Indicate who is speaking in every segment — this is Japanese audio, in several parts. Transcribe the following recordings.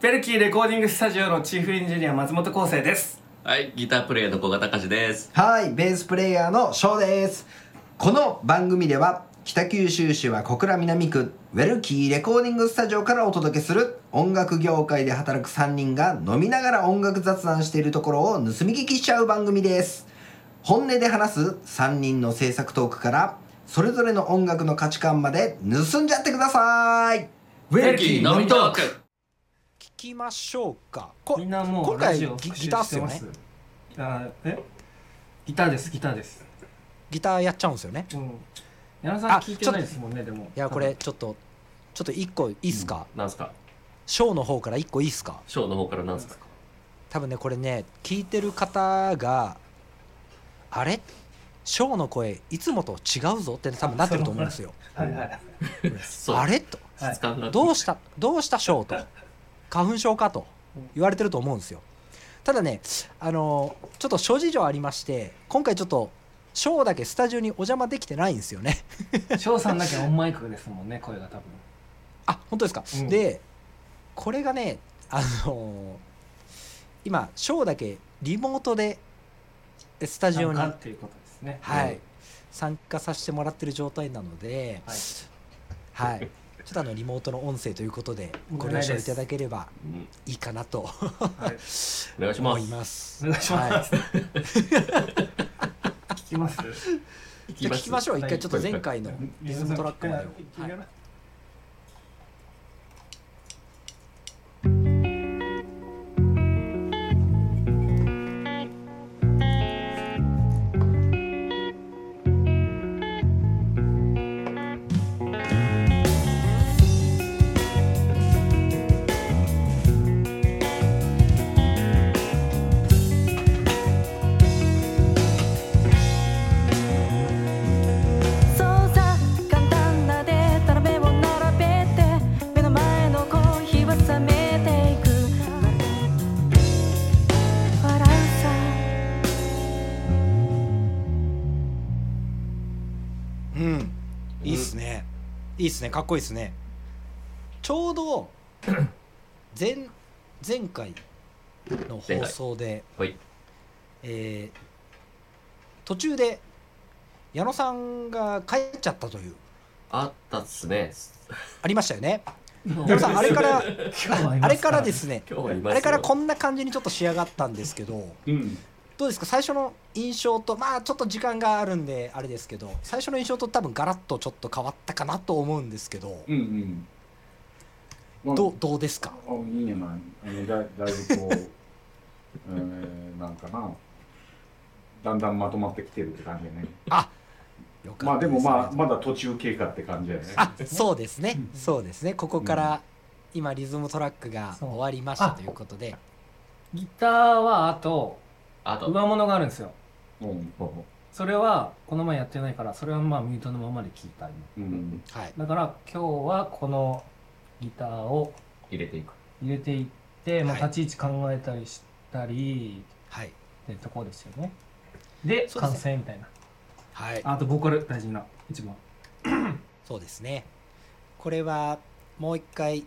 Speaker 1: ベルキーレコーディングスタジオのチーフエンジニア松本康生です
Speaker 2: はい、ギタープレイヤーの古賀隆史です。
Speaker 3: はい、ベースプレイヤーの翔です。この番組では、北九州市は小倉南区、ウェルキーレコーディングスタジオからお届けする、音楽業界で働く3人が飲みながら音楽雑談しているところを盗み聞きしちゃう番組です。本音で話す3人の制作トークから、それぞれの音楽の価値観まで盗んじゃってください。
Speaker 1: ウ
Speaker 2: ベルキー飲みトーク
Speaker 4: 聞きましょうかこ
Speaker 1: みんなもう
Speaker 4: 今
Speaker 1: ラ
Speaker 4: 回
Speaker 1: ジオ
Speaker 4: ギ
Speaker 1: 復習
Speaker 4: ギターっ
Speaker 1: し
Speaker 4: す
Speaker 1: て
Speaker 4: よ
Speaker 1: ま
Speaker 4: ね
Speaker 1: すあーえギターですギターです
Speaker 4: ギターやっちゃうんですよね
Speaker 1: うん矢野さん
Speaker 4: あ
Speaker 1: 聞いてないですもんねでも
Speaker 4: いやこれちょっとちょっと一個いいっすか、
Speaker 2: なんすか
Speaker 4: ショーの方から一個いいっすか
Speaker 2: ショーの方からなんすか
Speaker 4: 多分ねこれね聞いてる方があれショーの声いつもと違うぞって多分なってると思うんですよ
Speaker 1: はいはい
Speaker 2: そう。
Speaker 4: あれと
Speaker 2: 質感が。
Speaker 4: どうしたどうしたショーと花粉症かと言われてると思うんですよただねあのちょっと諸事情ありまして今回ちょっとショーだけスタジオにお邪魔できてないんですよね
Speaker 1: 翔さんだけオンマイクですもんね声が多分
Speaker 4: あ本当ですか、
Speaker 1: うん
Speaker 4: でこれがねあのー今ショーだけリモートでえスタジオに
Speaker 1: なんかっていうことですね
Speaker 4: はい、参加させてもらってる状態なので、
Speaker 1: はい
Speaker 4: はい、ちょっとあのリモートの音声ということで
Speaker 1: お
Speaker 4: ご
Speaker 1: 願いで
Speaker 4: 了
Speaker 1: す
Speaker 4: 承いただければ
Speaker 2: うん
Speaker 4: いいかなと
Speaker 1: はい
Speaker 2: お願いしま
Speaker 4: 思い
Speaker 2: す。
Speaker 4: ます。
Speaker 1: お願いし
Speaker 4: は
Speaker 1: ま
Speaker 4: い
Speaker 1: す聞きます
Speaker 2: 聞
Speaker 4: じゃあ聞きましょう一回ちょっと前回のリズムトラックまでを、はい
Speaker 5: そうさ簡単なでたらめを並べて目の前のコーヒーは冷めていく笑うさ
Speaker 4: うん、いいっすね。いいっすね。かっこいいっすね。ちょうど前前回の放送で、
Speaker 2: はい。
Speaker 4: えー途中で矢野さんが帰っちゃったという
Speaker 2: あったっすね。
Speaker 4: ありましたよね。
Speaker 1: 今
Speaker 4: 矢野さんあれから
Speaker 1: 日はいます
Speaker 4: あれからですね。
Speaker 2: 今日はいますよ
Speaker 4: あれからこんな感じにちょっと仕上がったんですけど、
Speaker 2: うん。
Speaker 4: どうですか最初の印象とまあちょっと時間があるんであれですけど、最初の印象と多分ガラッとちょっと変わったかなと思うんですけど、
Speaker 6: うんうん。まあ
Speaker 4: どうどうですか。
Speaker 6: あいいね、まあ、あのだだいぶこう、えー、なんかな、だんだんまとまってきてるって感じだね。
Speaker 4: よか
Speaker 6: まあ
Speaker 4: った
Speaker 6: ですもまあ、まだ途中経過って感じだよね。
Speaker 4: あそうですね、そうですねここか
Speaker 6: う
Speaker 4: ら今リズムトラックが終わりましたということで
Speaker 1: ギターはあと
Speaker 2: あと、
Speaker 1: 上物があるんですよ
Speaker 6: うん、
Speaker 1: それはこの前やってないからそれはまあミュートのままで聞いた今
Speaker 6: うん、
Speaker 4: はい
Speaker 1: だから今日はこのギターを
Speaker 2: 入れていく。
Speaker 1: 入れていって、まあ、
Speaker 4: はい
Speaker 1: 立ち位置考えたりしたり
Speaker 4: はい
Speaker 1: ってとこですよねで
Speaker 4: そうですね
Speaker 1: 完成みたいな
Speaker 4: はい
Speaker 1: あとボーカル大事な一番
Speaker 4: そうですねこれはもう一回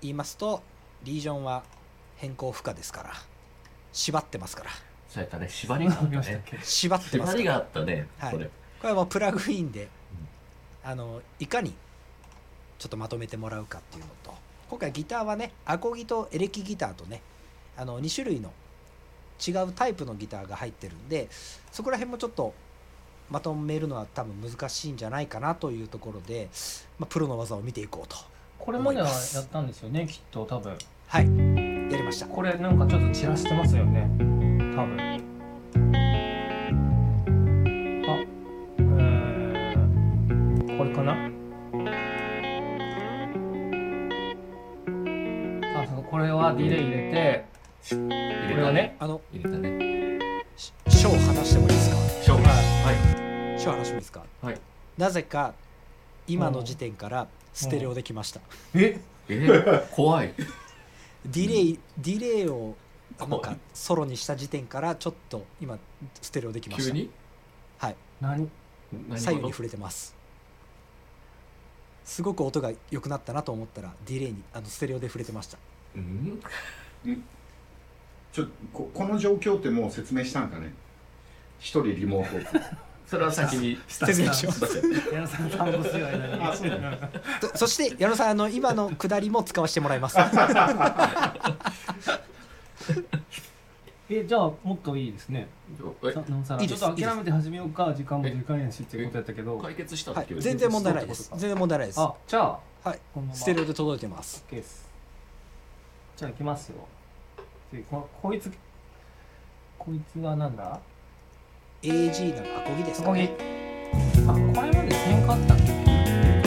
Speaker 4: 言いますとリージョンは変更不可ですから縛ってますから
Speaker 2: そうやったね。縛りがあった
Speaker 1: 見ましたっ
Speaker 2: ね。
Speaker 1: け
Speaker 4: 縛って
Speaker 2: 縛
Speaker 4: ますか
Speaker 2: り
Speaker 4: ら
Speaker 2: があったね。
Speaker 4: はい
Speaker 2: これ。
Speaker 4: これはもうプラグインであのいかにちょっとまとめてもらうかっていうのと今回ギターはねアコギとエレキギターとねあの2種類の違うタイプのギターが入ってるんでそこら辺もちょっとまとめるのは多分難しいんじゃないかなというところで、まあ、プロの技を見ていこうと
Speaker 1: これまではやったんですよねきっと多分
Speaker 4: はいやりました
Speaker 1: これなんかちょっと散らしてますよね多分あえー、これかなあそうこれはディレイ入れてこ
Speaker 2: 入
Speaker 1: れ
Speaker 2: れ
Speaker 1: は
Speaker 2: た
Speaker 1: ね。
Speaker 4: あの
Speaker 2: 入れたね。
Speaker 4: し書を話してもいいですか
Speaker 2: ショー。はい。
Speaker 4: 書を話してもいいですか
Speaker 2: はい
Speaker 4: なぜか今の時点からステレオできました
Speaker 1: え
Speaker 2: え ー、怖い。
Speaker 4: ディレイ、ディレイをなん
Speaker 2: 怖い
Speaker 4: かソロにした時点からちょっと今ステレオできまし
Speaker 2: 急
Speaker 4: た
Speaker 2: に
Speaker 1: 何
Speaker 2: 何
Speaker 4: 左右に触れてますすごく音が良くなったなと思ったらディレイにあのステレオで触れてました
Speaker 2: うん
Speaker 6: ちょここの状況ってもう説明したんかね一人リモー ト
Speaker 2: それは先 に
Speaker 4: 説明します
Speaker 1: 矢野さん単語する間に
Speaker 6: あそう
Speaker 1: うん
Speaker 4: と そして矢野さんあの今の下りも使わせてもらいます
Speaker 1: えじゃあもっといいですね
Speaker 2: え
Speaker 1: さなおさら
Speaker 4: いいです
Speaker 1: ちょっと諦めて始めようか時間も時間やしっていうことやったけど
Speaker 2: 解決した
Speaker 4: はい全然問題ないです全然問題ないです
Speaker 1: あじゃあ
Speaker 4: はい
Speaker 1: このまま
Speaker 4: ステレオで届いてます
Speaker 1: OK ですじゃあ行きますよでここいつこいつはなんだ
Speaker 4: AG なのアコギです
Speaker 1: そ
Speaker 4: か
Speaker 1: こに
Speaker 4: ね
Speaker 1: あこれまで喧嘩あったっけなんだっけ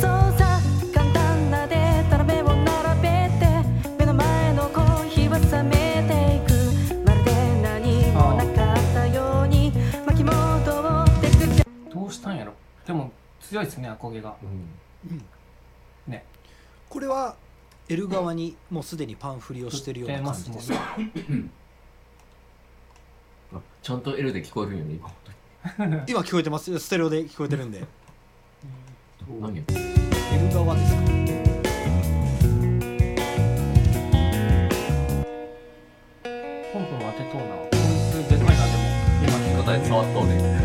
Speaker 5: そうさ簡単なデータの目を並べて目の前のコーヒーは冷めていくまるで何もなかったように巻き戻ってく
Speaker 1: どうしたんやろでも強いですねアコゲが
Speaker 4: これは L 側にもうすでにパン振りをしてるような感じです
Speaker 1: 振っ
Speaker 2: あちゃんと L で聞こえるよね今
Speaker 4: 今聞こえてますステレオで聞こえてるんで
Speaker 2: 何やってる
Speaker 4: L 側ですか
Speaker 1: ポンプも当てとうなこいつでかいなでも今聞こ
Speaker 2: 答え触っとうね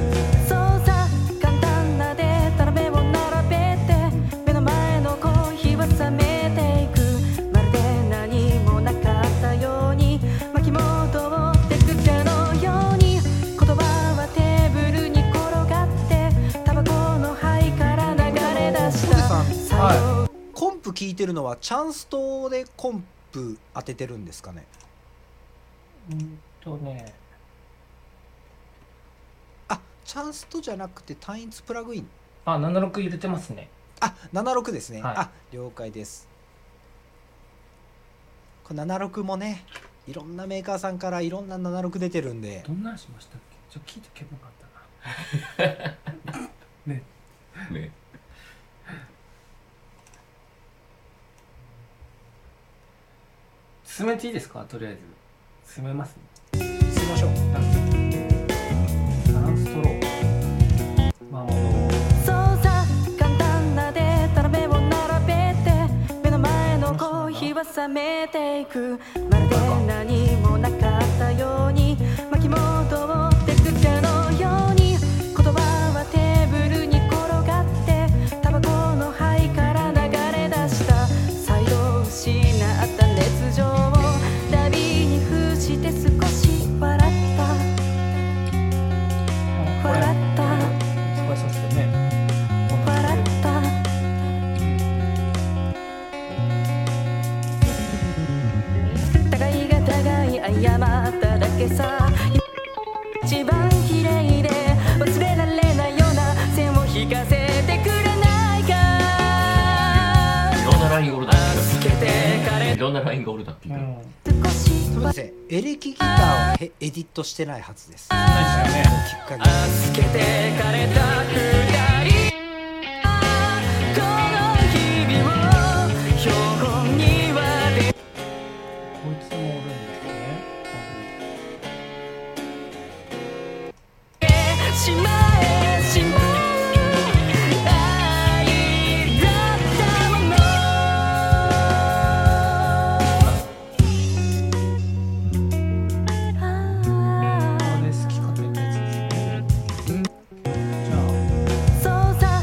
Speaker 5: そうさ簡単なデータの目を並べて目の前のコーヒーは冷めていくまるで何もなかったように巻き戻ってくかのように言葉はテーブルに転がってタバコの灰から流れ出した最後
Speaker 4: コンプ聞いてるのはチャンス灯でコンプ当ててるんですかね
Speaker 1: うんとね
Speaker 4: あチャンス灯じゃなくて単一プラグイン
Speaker 1: あ76入れてますね
Speaker 4: あ76ですね、
Speaker 1: はい
Speaker 4: あ了解ですこれ76もねいろんなメーカーさんからいろんな76出てるんで
Speaker 1: どんなんしましたっけちょっと聞いてけばよかったな
Speaker 2: ね
Speaker 1: 進めていいですかとりあえず進めますね
Speaker 4: すいましょう
Speaker 1: バランス取ろうまあもう
Speaker 5: そうさ簡単なデータの目を並べて目の前のコーヒーは冷めていくまるで何もなかったように巻き戻ってくかのように言葉はテーブルに転がってタバコの灰から流れ出した再度失った熱情をダビに付して少し笑った笑った
Speaker 1: 難しそうですよね
Speaker 5: 笑った互いが互い謝っただけさ一番綺麗で忘れられないような線を引かせてくれない
Speaker 2: い
Speaker 5: か
Speaker 2: ろんなラインがおるだ
Speaker 5: 助けてか
Speaker 2: い
Speaker 5: れ
Speaker 2: ろんなラインがおるだピー
Speaker 1: う
Speaker 2: ター
Speaker 1: ん
Speaker 5: 少し
Speaker 4: すみませんエレキギターをへエディットしてないはずですきっ
Speaker 1: ないですよね
Speaker 4: かけ
Speaker 5: 助けてかれた二人この日々を標本にはで
Speaker 1: こいつもおるんですね
Speaker 5: しまえしまえ愛だったもの
Speaker 1: これ好き勝手なやつですねじゃあ
Speaker 5: そうさ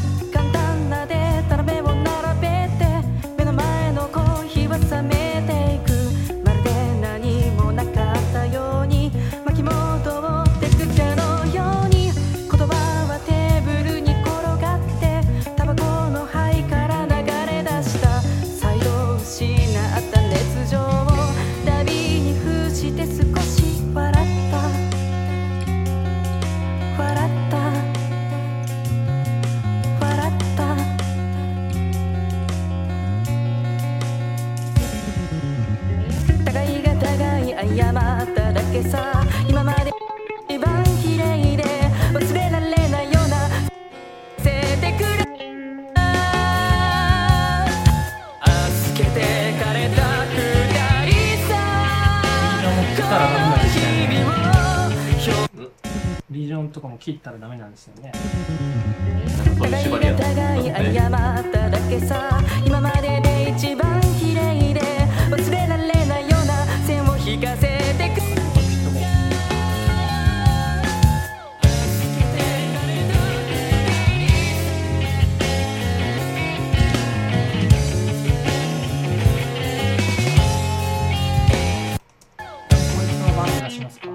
Speaker 1: 音とかも切ったらダメなんですよね。
Speaker 2: なんかそういう縛りやな
Speaker 5: 互いに謝っただけさ今までで一番綺麗で忘れられないような線を引かせてく
Speaker 1: こいつの番組出しますか。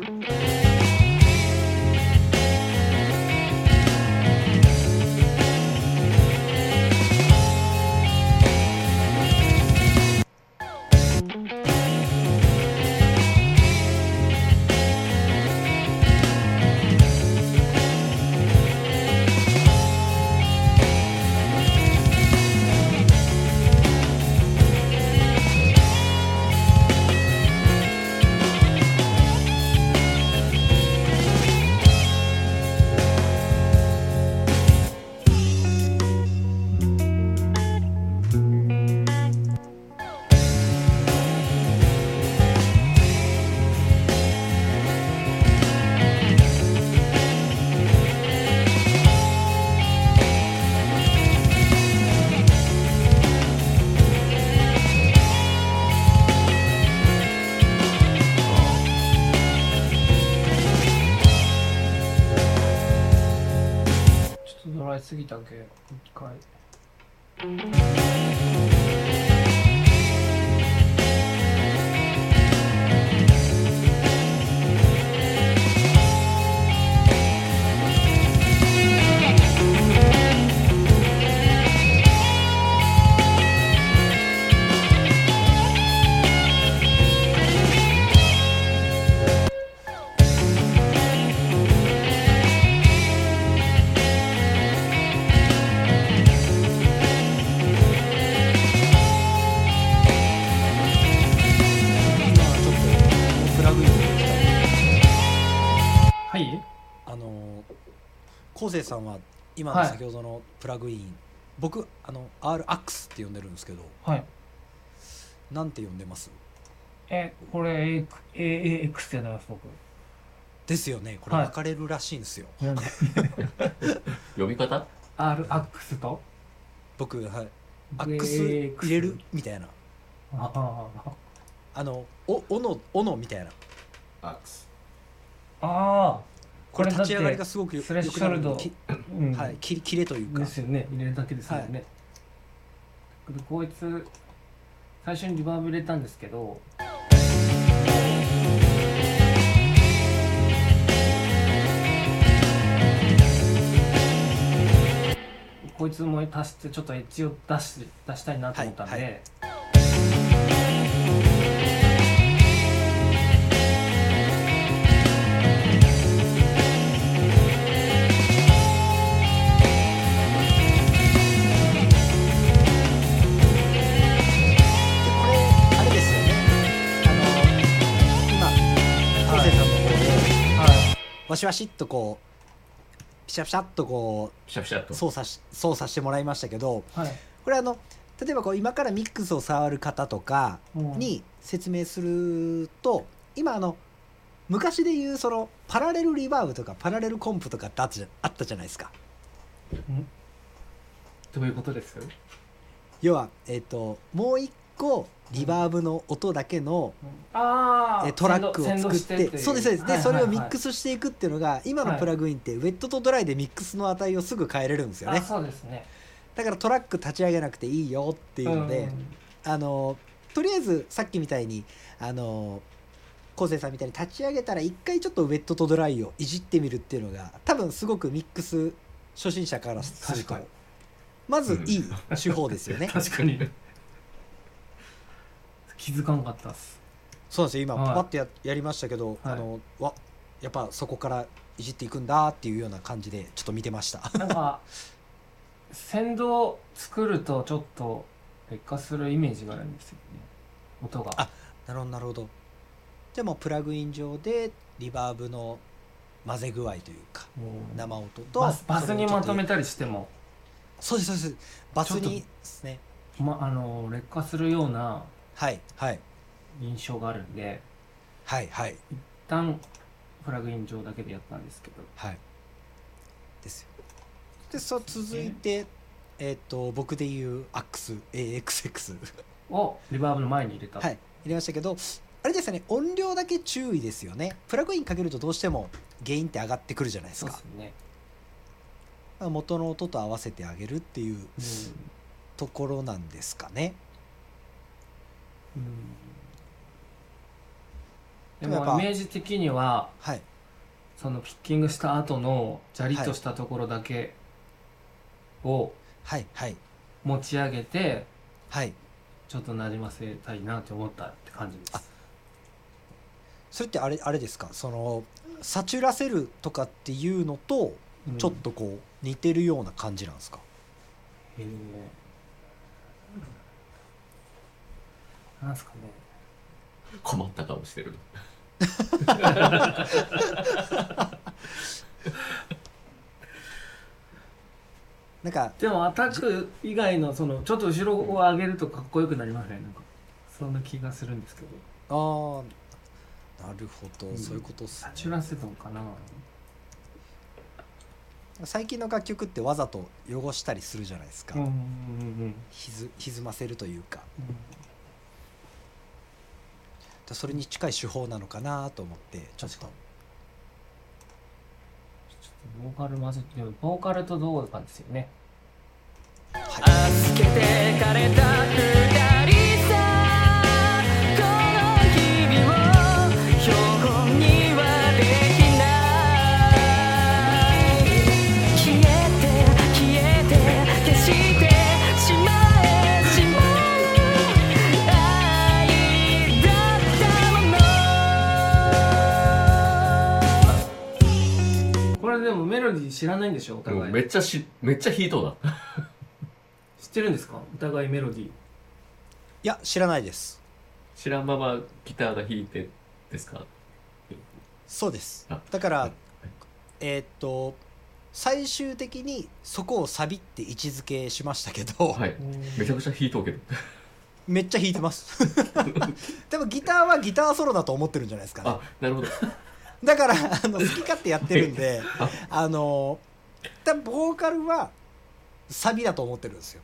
Speaker 1: ちょっとドライすぎたけ、一回。
Speaker 4: 今ちょっとプラグインできた
Speaker 1: はい。
Speaker 4: あの昴生さんは今
Speaker 1: は
Speaker 4: の
Speaker 1: い
Speaker 4: 先ほどのプラグイン、僕あの RX って呼んでるんですけど
Speaker 1: はい。
Speaker 4: なんて呼んでます
Speaker 1: え、これ、A、A、A、X じゃないです、僕。
Speaker 4: ですよねこれ
Speaker 1: はい
Speaker 4: 分かれるらしいんですよ、
Speaker 1: なんで
Speaker 2: 呼び方
Speaker 1: ?RX と
Speaker 4: 僕はい
Speaker 1: 僕
Speaker 4: AX
Speaker 1: AX
Speaker 4: 入れるみたいな
Speaker 1: ああ
Speaker 4: あのお斧斧みたいな
Speaker 6: アークス。
Speaker 1: あ
Speaker 4: これ
Speaker 1: これだ
Speaker 4: 立
Speaker 1: って
Speaker 4: ち上がりがすごくよ
Speaker 1: スレッショルド
Speaker 4: 良くなるんで
Speaker 1: あ、うん
Speaker 4: きはい、き切れというか
Speaker 1: ですよね入れるだけですもんね、でこいつ最初にリバーブ入れたんですけどこいつも足してちょっとエッジを出し出したいなと思ったんで、
Speaker 4: はいはでこれあれですよねあの今昴生さんの方でわしわしっとこうピシャピシャっとこ
Speaker 2: ピシャピシャっ
Speaker 4: う
Speaker 2: と
Speaker 4: 操作し操作してもらいましたけど
Speaker 1: はい、
Speaker 4: これあの例えばこう今からミックスを触る方とか
Speaker 1: もう
Speaker 4: に説明すると今あの昔で言うそのパラレルリバーブとかパラレルコンプとかってあったじゃあったじゃないですか
Speaker 1: どういうことです
Speaker 4: 要は、えっともう一個リバーブの音だけの、
Speaker 1: あ
Speaker 4: えートラックを作ってそうですそうですで、それをミック
Speaker 1: ス
Speaker 4: スしていくっていうのが今の
Speaker 1: はい
Speaker 4: プラグインってウェットとドライでミックスの値をすぐ変えれるんですよね、
Speaker 1: そうですね
Speaker 4: だからトラック立ち上げなくていいよっていうので、
Speaker 1: ん
Speaker 4: あのとりあえずさっきみたいにあの昴生さんみたいに立ち上げたら一回ちょっとウェットとドライをいじってみるっていうのが多分すごくミックス初心者からすると
Speaker 1: 確かに
Speaker 4: まずいい手法ですよね
Speaker 1: 確かに気づかんかったっす
Speaker 4: そうなんですよ今
Speaker 1: はい
Speaker 4: パパッとや,、やりましたけど、あ
Speaker 1: はい
Speaker 4: のわやっぱそこからいじっていくんだっていうような感じでちょっと見てま した
Speaker 1: なんか先導作るとちょっと劣化するイメージがあるんですよね音が
Speaker 4: あなるほどなるほどじゃあもうプラグイン上でリバーブの混ぜ具合というか
Speaker 1: うん
Speaker 4: 生音と
Speaker 1: バスバスにまとめ
Speaker 4: て
Speaker 1: たりしても、
Speaker 4: そうですそうですバス
Speaker 1: ちょっ
Speaker 4: に
Speaker 1: と
Speaker 4: ですね
Speaker 1: ま、あの劣化するような
Speaker 4: はいはい
Speaker 1: 印象があるんで
Speaker 4: はいはい
Speaker 1: 一旦プラグイン上だけでやったんですけど
Speaker 4: はいでさ続いてえっと僕で言う AXAXX
Speaker 1: をリバーブの前に入れた。
Speaker 4: はい入れましたけどあれですよね音量だけ注意ですよねプラグインかけるとどうしてもゲインって上がってくるじゃないです
Speaker 1: そうで
Speaker 4: か
Speaker 1: すね。
Speaker 4: まあ元の音と合わせてあげるっていうところなんですかね
Speaker 1: うん。うん、
Speaker 4: で
Speaker 1: で
Speaker 4: も
Speaker 1: も
Speaker 4: やっぱ
Speaker 1: イメージ的には
Speaker 4: はい
Speaker 1: そのピッキングした後のジャリッとしたところだけを
Speaker 4: はいはい
Speaker 1: 持ち上げて
Speaker 4: はい
Speaker 1: ちょっとなじませたいなって思ったって感じです。
Speaker 4: それってあれあれですかそのサチュらせるとかっていうのと
Speaker 1: うん
Speaker 4: ちょっとこう似てるような感じなんですか、
Speaker 1: へえなんすかね。
Speaker 2: 困った顔してる。
Speaker 4: なんか
Speaker 1: でもアタック以外のそのちょっと後ろを上げるとかっこよくなりますねなんかそんな気がするんですけど
Speaker 4: あーなるほど、
Speaker 1: うん
Speaker 4: そういうことっす
Speaker 1: サ
Speaker 4: ね
Speaker 1: チュラセドンかな
Speaker 4: 最近の楽曲ってわざと汚したりするじゃないですか、
Speaker 1: うんうんうん
Speaker 4: 歪歪ませるというか
Speaker 1: うん
Speaker 4: それに近い手法なのかなと思ってちょっと
Speaker 1: ちょっとボーカル混ぜてでもボーカルとどうかですよね
Speaker 5: 「けてかれた二人さ」「この日々を標本にはできない」「消えて消えて消してしまえしまえ」「愛だったもの」
Speaker 1: これでもメロディー知らないんでしょお
Speaker 2: もう
Speaker 1: 互い
Speaker 2: めっちゃし、めっちゃヒートだ。
Speaker 1: 知ってるんですかお互いメロディー
Speaker 4: いや知らないです
Speaker 2: 知らんままギターが弾いてですか
Speaker 4: そうです
Speaker 2: あ
Speaker 4: だから、
Speaker 2: はい
Speaker 4: えーっと最終的にそこをサビって位置づけしましたけど、
Speaker 2: はい。めちゃくちゃヒートけど。
Speaker 4: めっちゃ弾いてます でもギターはギターソロだと思ってるんじゃないですかね
Speaker 2: あ、なるほど。
Speaker 4: だからあの好き勝手やってる んで
Speaker 2: あ
Speaker 4: あの多分ボーカルはサビだと思ってるんですよ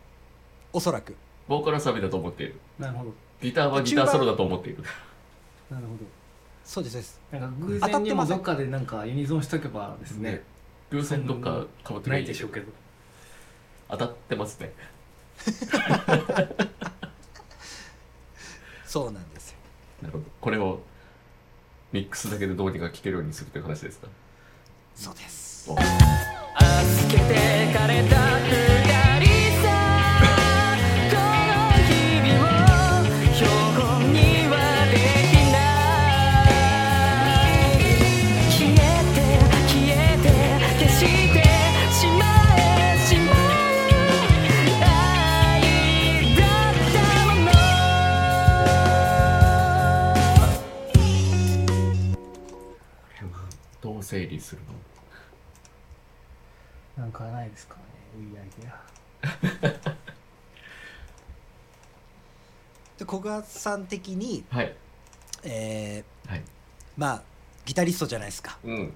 Speaker 4: おそらく
Speaker 2: ボーカルはサビだと思っている。
Speaker 1: なるほど
Speaker 2: ギターはギターソロだと思っている。
Speaker 1: なるほ
Speaker 4: そうですそうです
Speaker 1: どなんか偶
Speaker 4: 当た
Speaker 1: 然
Speaker 4: っ
Speaker 1: に
Speaker 4: てま
Speaker 1: も
Speaker 4: せん
Speaker 1: どっかでなんかユニゾンしとけばですね。
Speaker 2: 偶然どっか被って
Speaker 1: な
Speaker 2: ないい
Speaker 1: でしょうけど
Speaker 2: 当たってますね。
Speaker 4: そうなんですよ
Speaker 2: なるほど。これをミックスだけでどうにか聴けるようにするという話ですか
Speaker 4: そうです
Speaker 2: お
Speaker 5: 「あすけてかれた二人さ」「この日々を標本にはできない」「消えて消えて消してしまえしまえ」「愛だったもの」
Speaker 2: どう整理するの
Speaker 1: なんかないですかねいいアイデア
Speaker 4: で古賀さん的に
Speaker 2: はい。
Speaker 4: え
Speaker 2: はい。
Speaker 4: ーまあギタリストじゃないですか
Speaker 2: うん。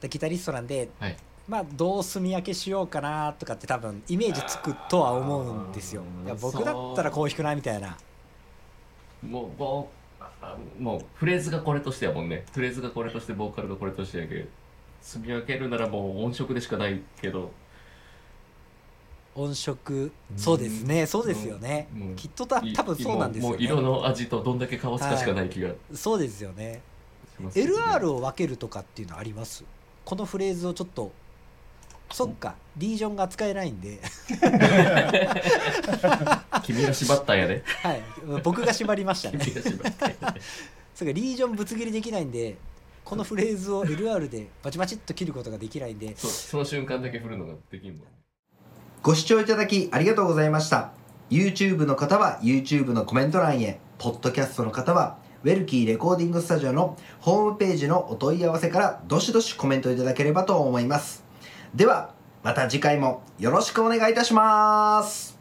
Speaker 4: でギタリストなんで
Speaker 2: はい。
Speaker 4: まあどう炭焼けしようかなとかって多分イメージつくとは思うんですよ
Speaker 2: あー
Speaker 4: いや僕だったらこう弾くなみたいな
Speaker 2: もう、もうあ、もう、フレーズがこれとしてやもんね。フレーズがこれとして、ボーカルがこれとしてやけど、積み分けるならもう音色でしかないけど、
Speaker 4: 音色そうですねそうですよね
Speaker 2: うんうん
Speaker 4: きっとた
Speaker 2: い
Speaker 4: 多分そうなんですよ
Speaker 2: もうもう色
Speaker 4: ね
Speaker 2: の味とどんだけ交わすかしかない気がし
Speaker 4: そうですよね
Speaker 2: ます、
Speaker 4: LR を分けるとかっていうのありますこのフレーズをちょっとそっかリージョンが使えないんで
Speaker 2: 君が縛ったんやで。
Speaker 4: はい僕が縛りました ね
Speaker 2: 君が縛ったんやで。
Speaker 4: それかリージョンぶつ切りできないんでこのフレーズを LR でバチバチっと切ることができないんで
Speaker 2: そうその瞬間だけ振るのができんもんね。
Speaker 3: ご視聴いただきありがとうございました。YouTube の方は YouTube のコメント欄へ、ポッドキャストの方はウェルキーレコーディングスタジオのホームページのお問い合わせからどしどしコメントいただければと思います。では、また次回もよろしくお願いいたします。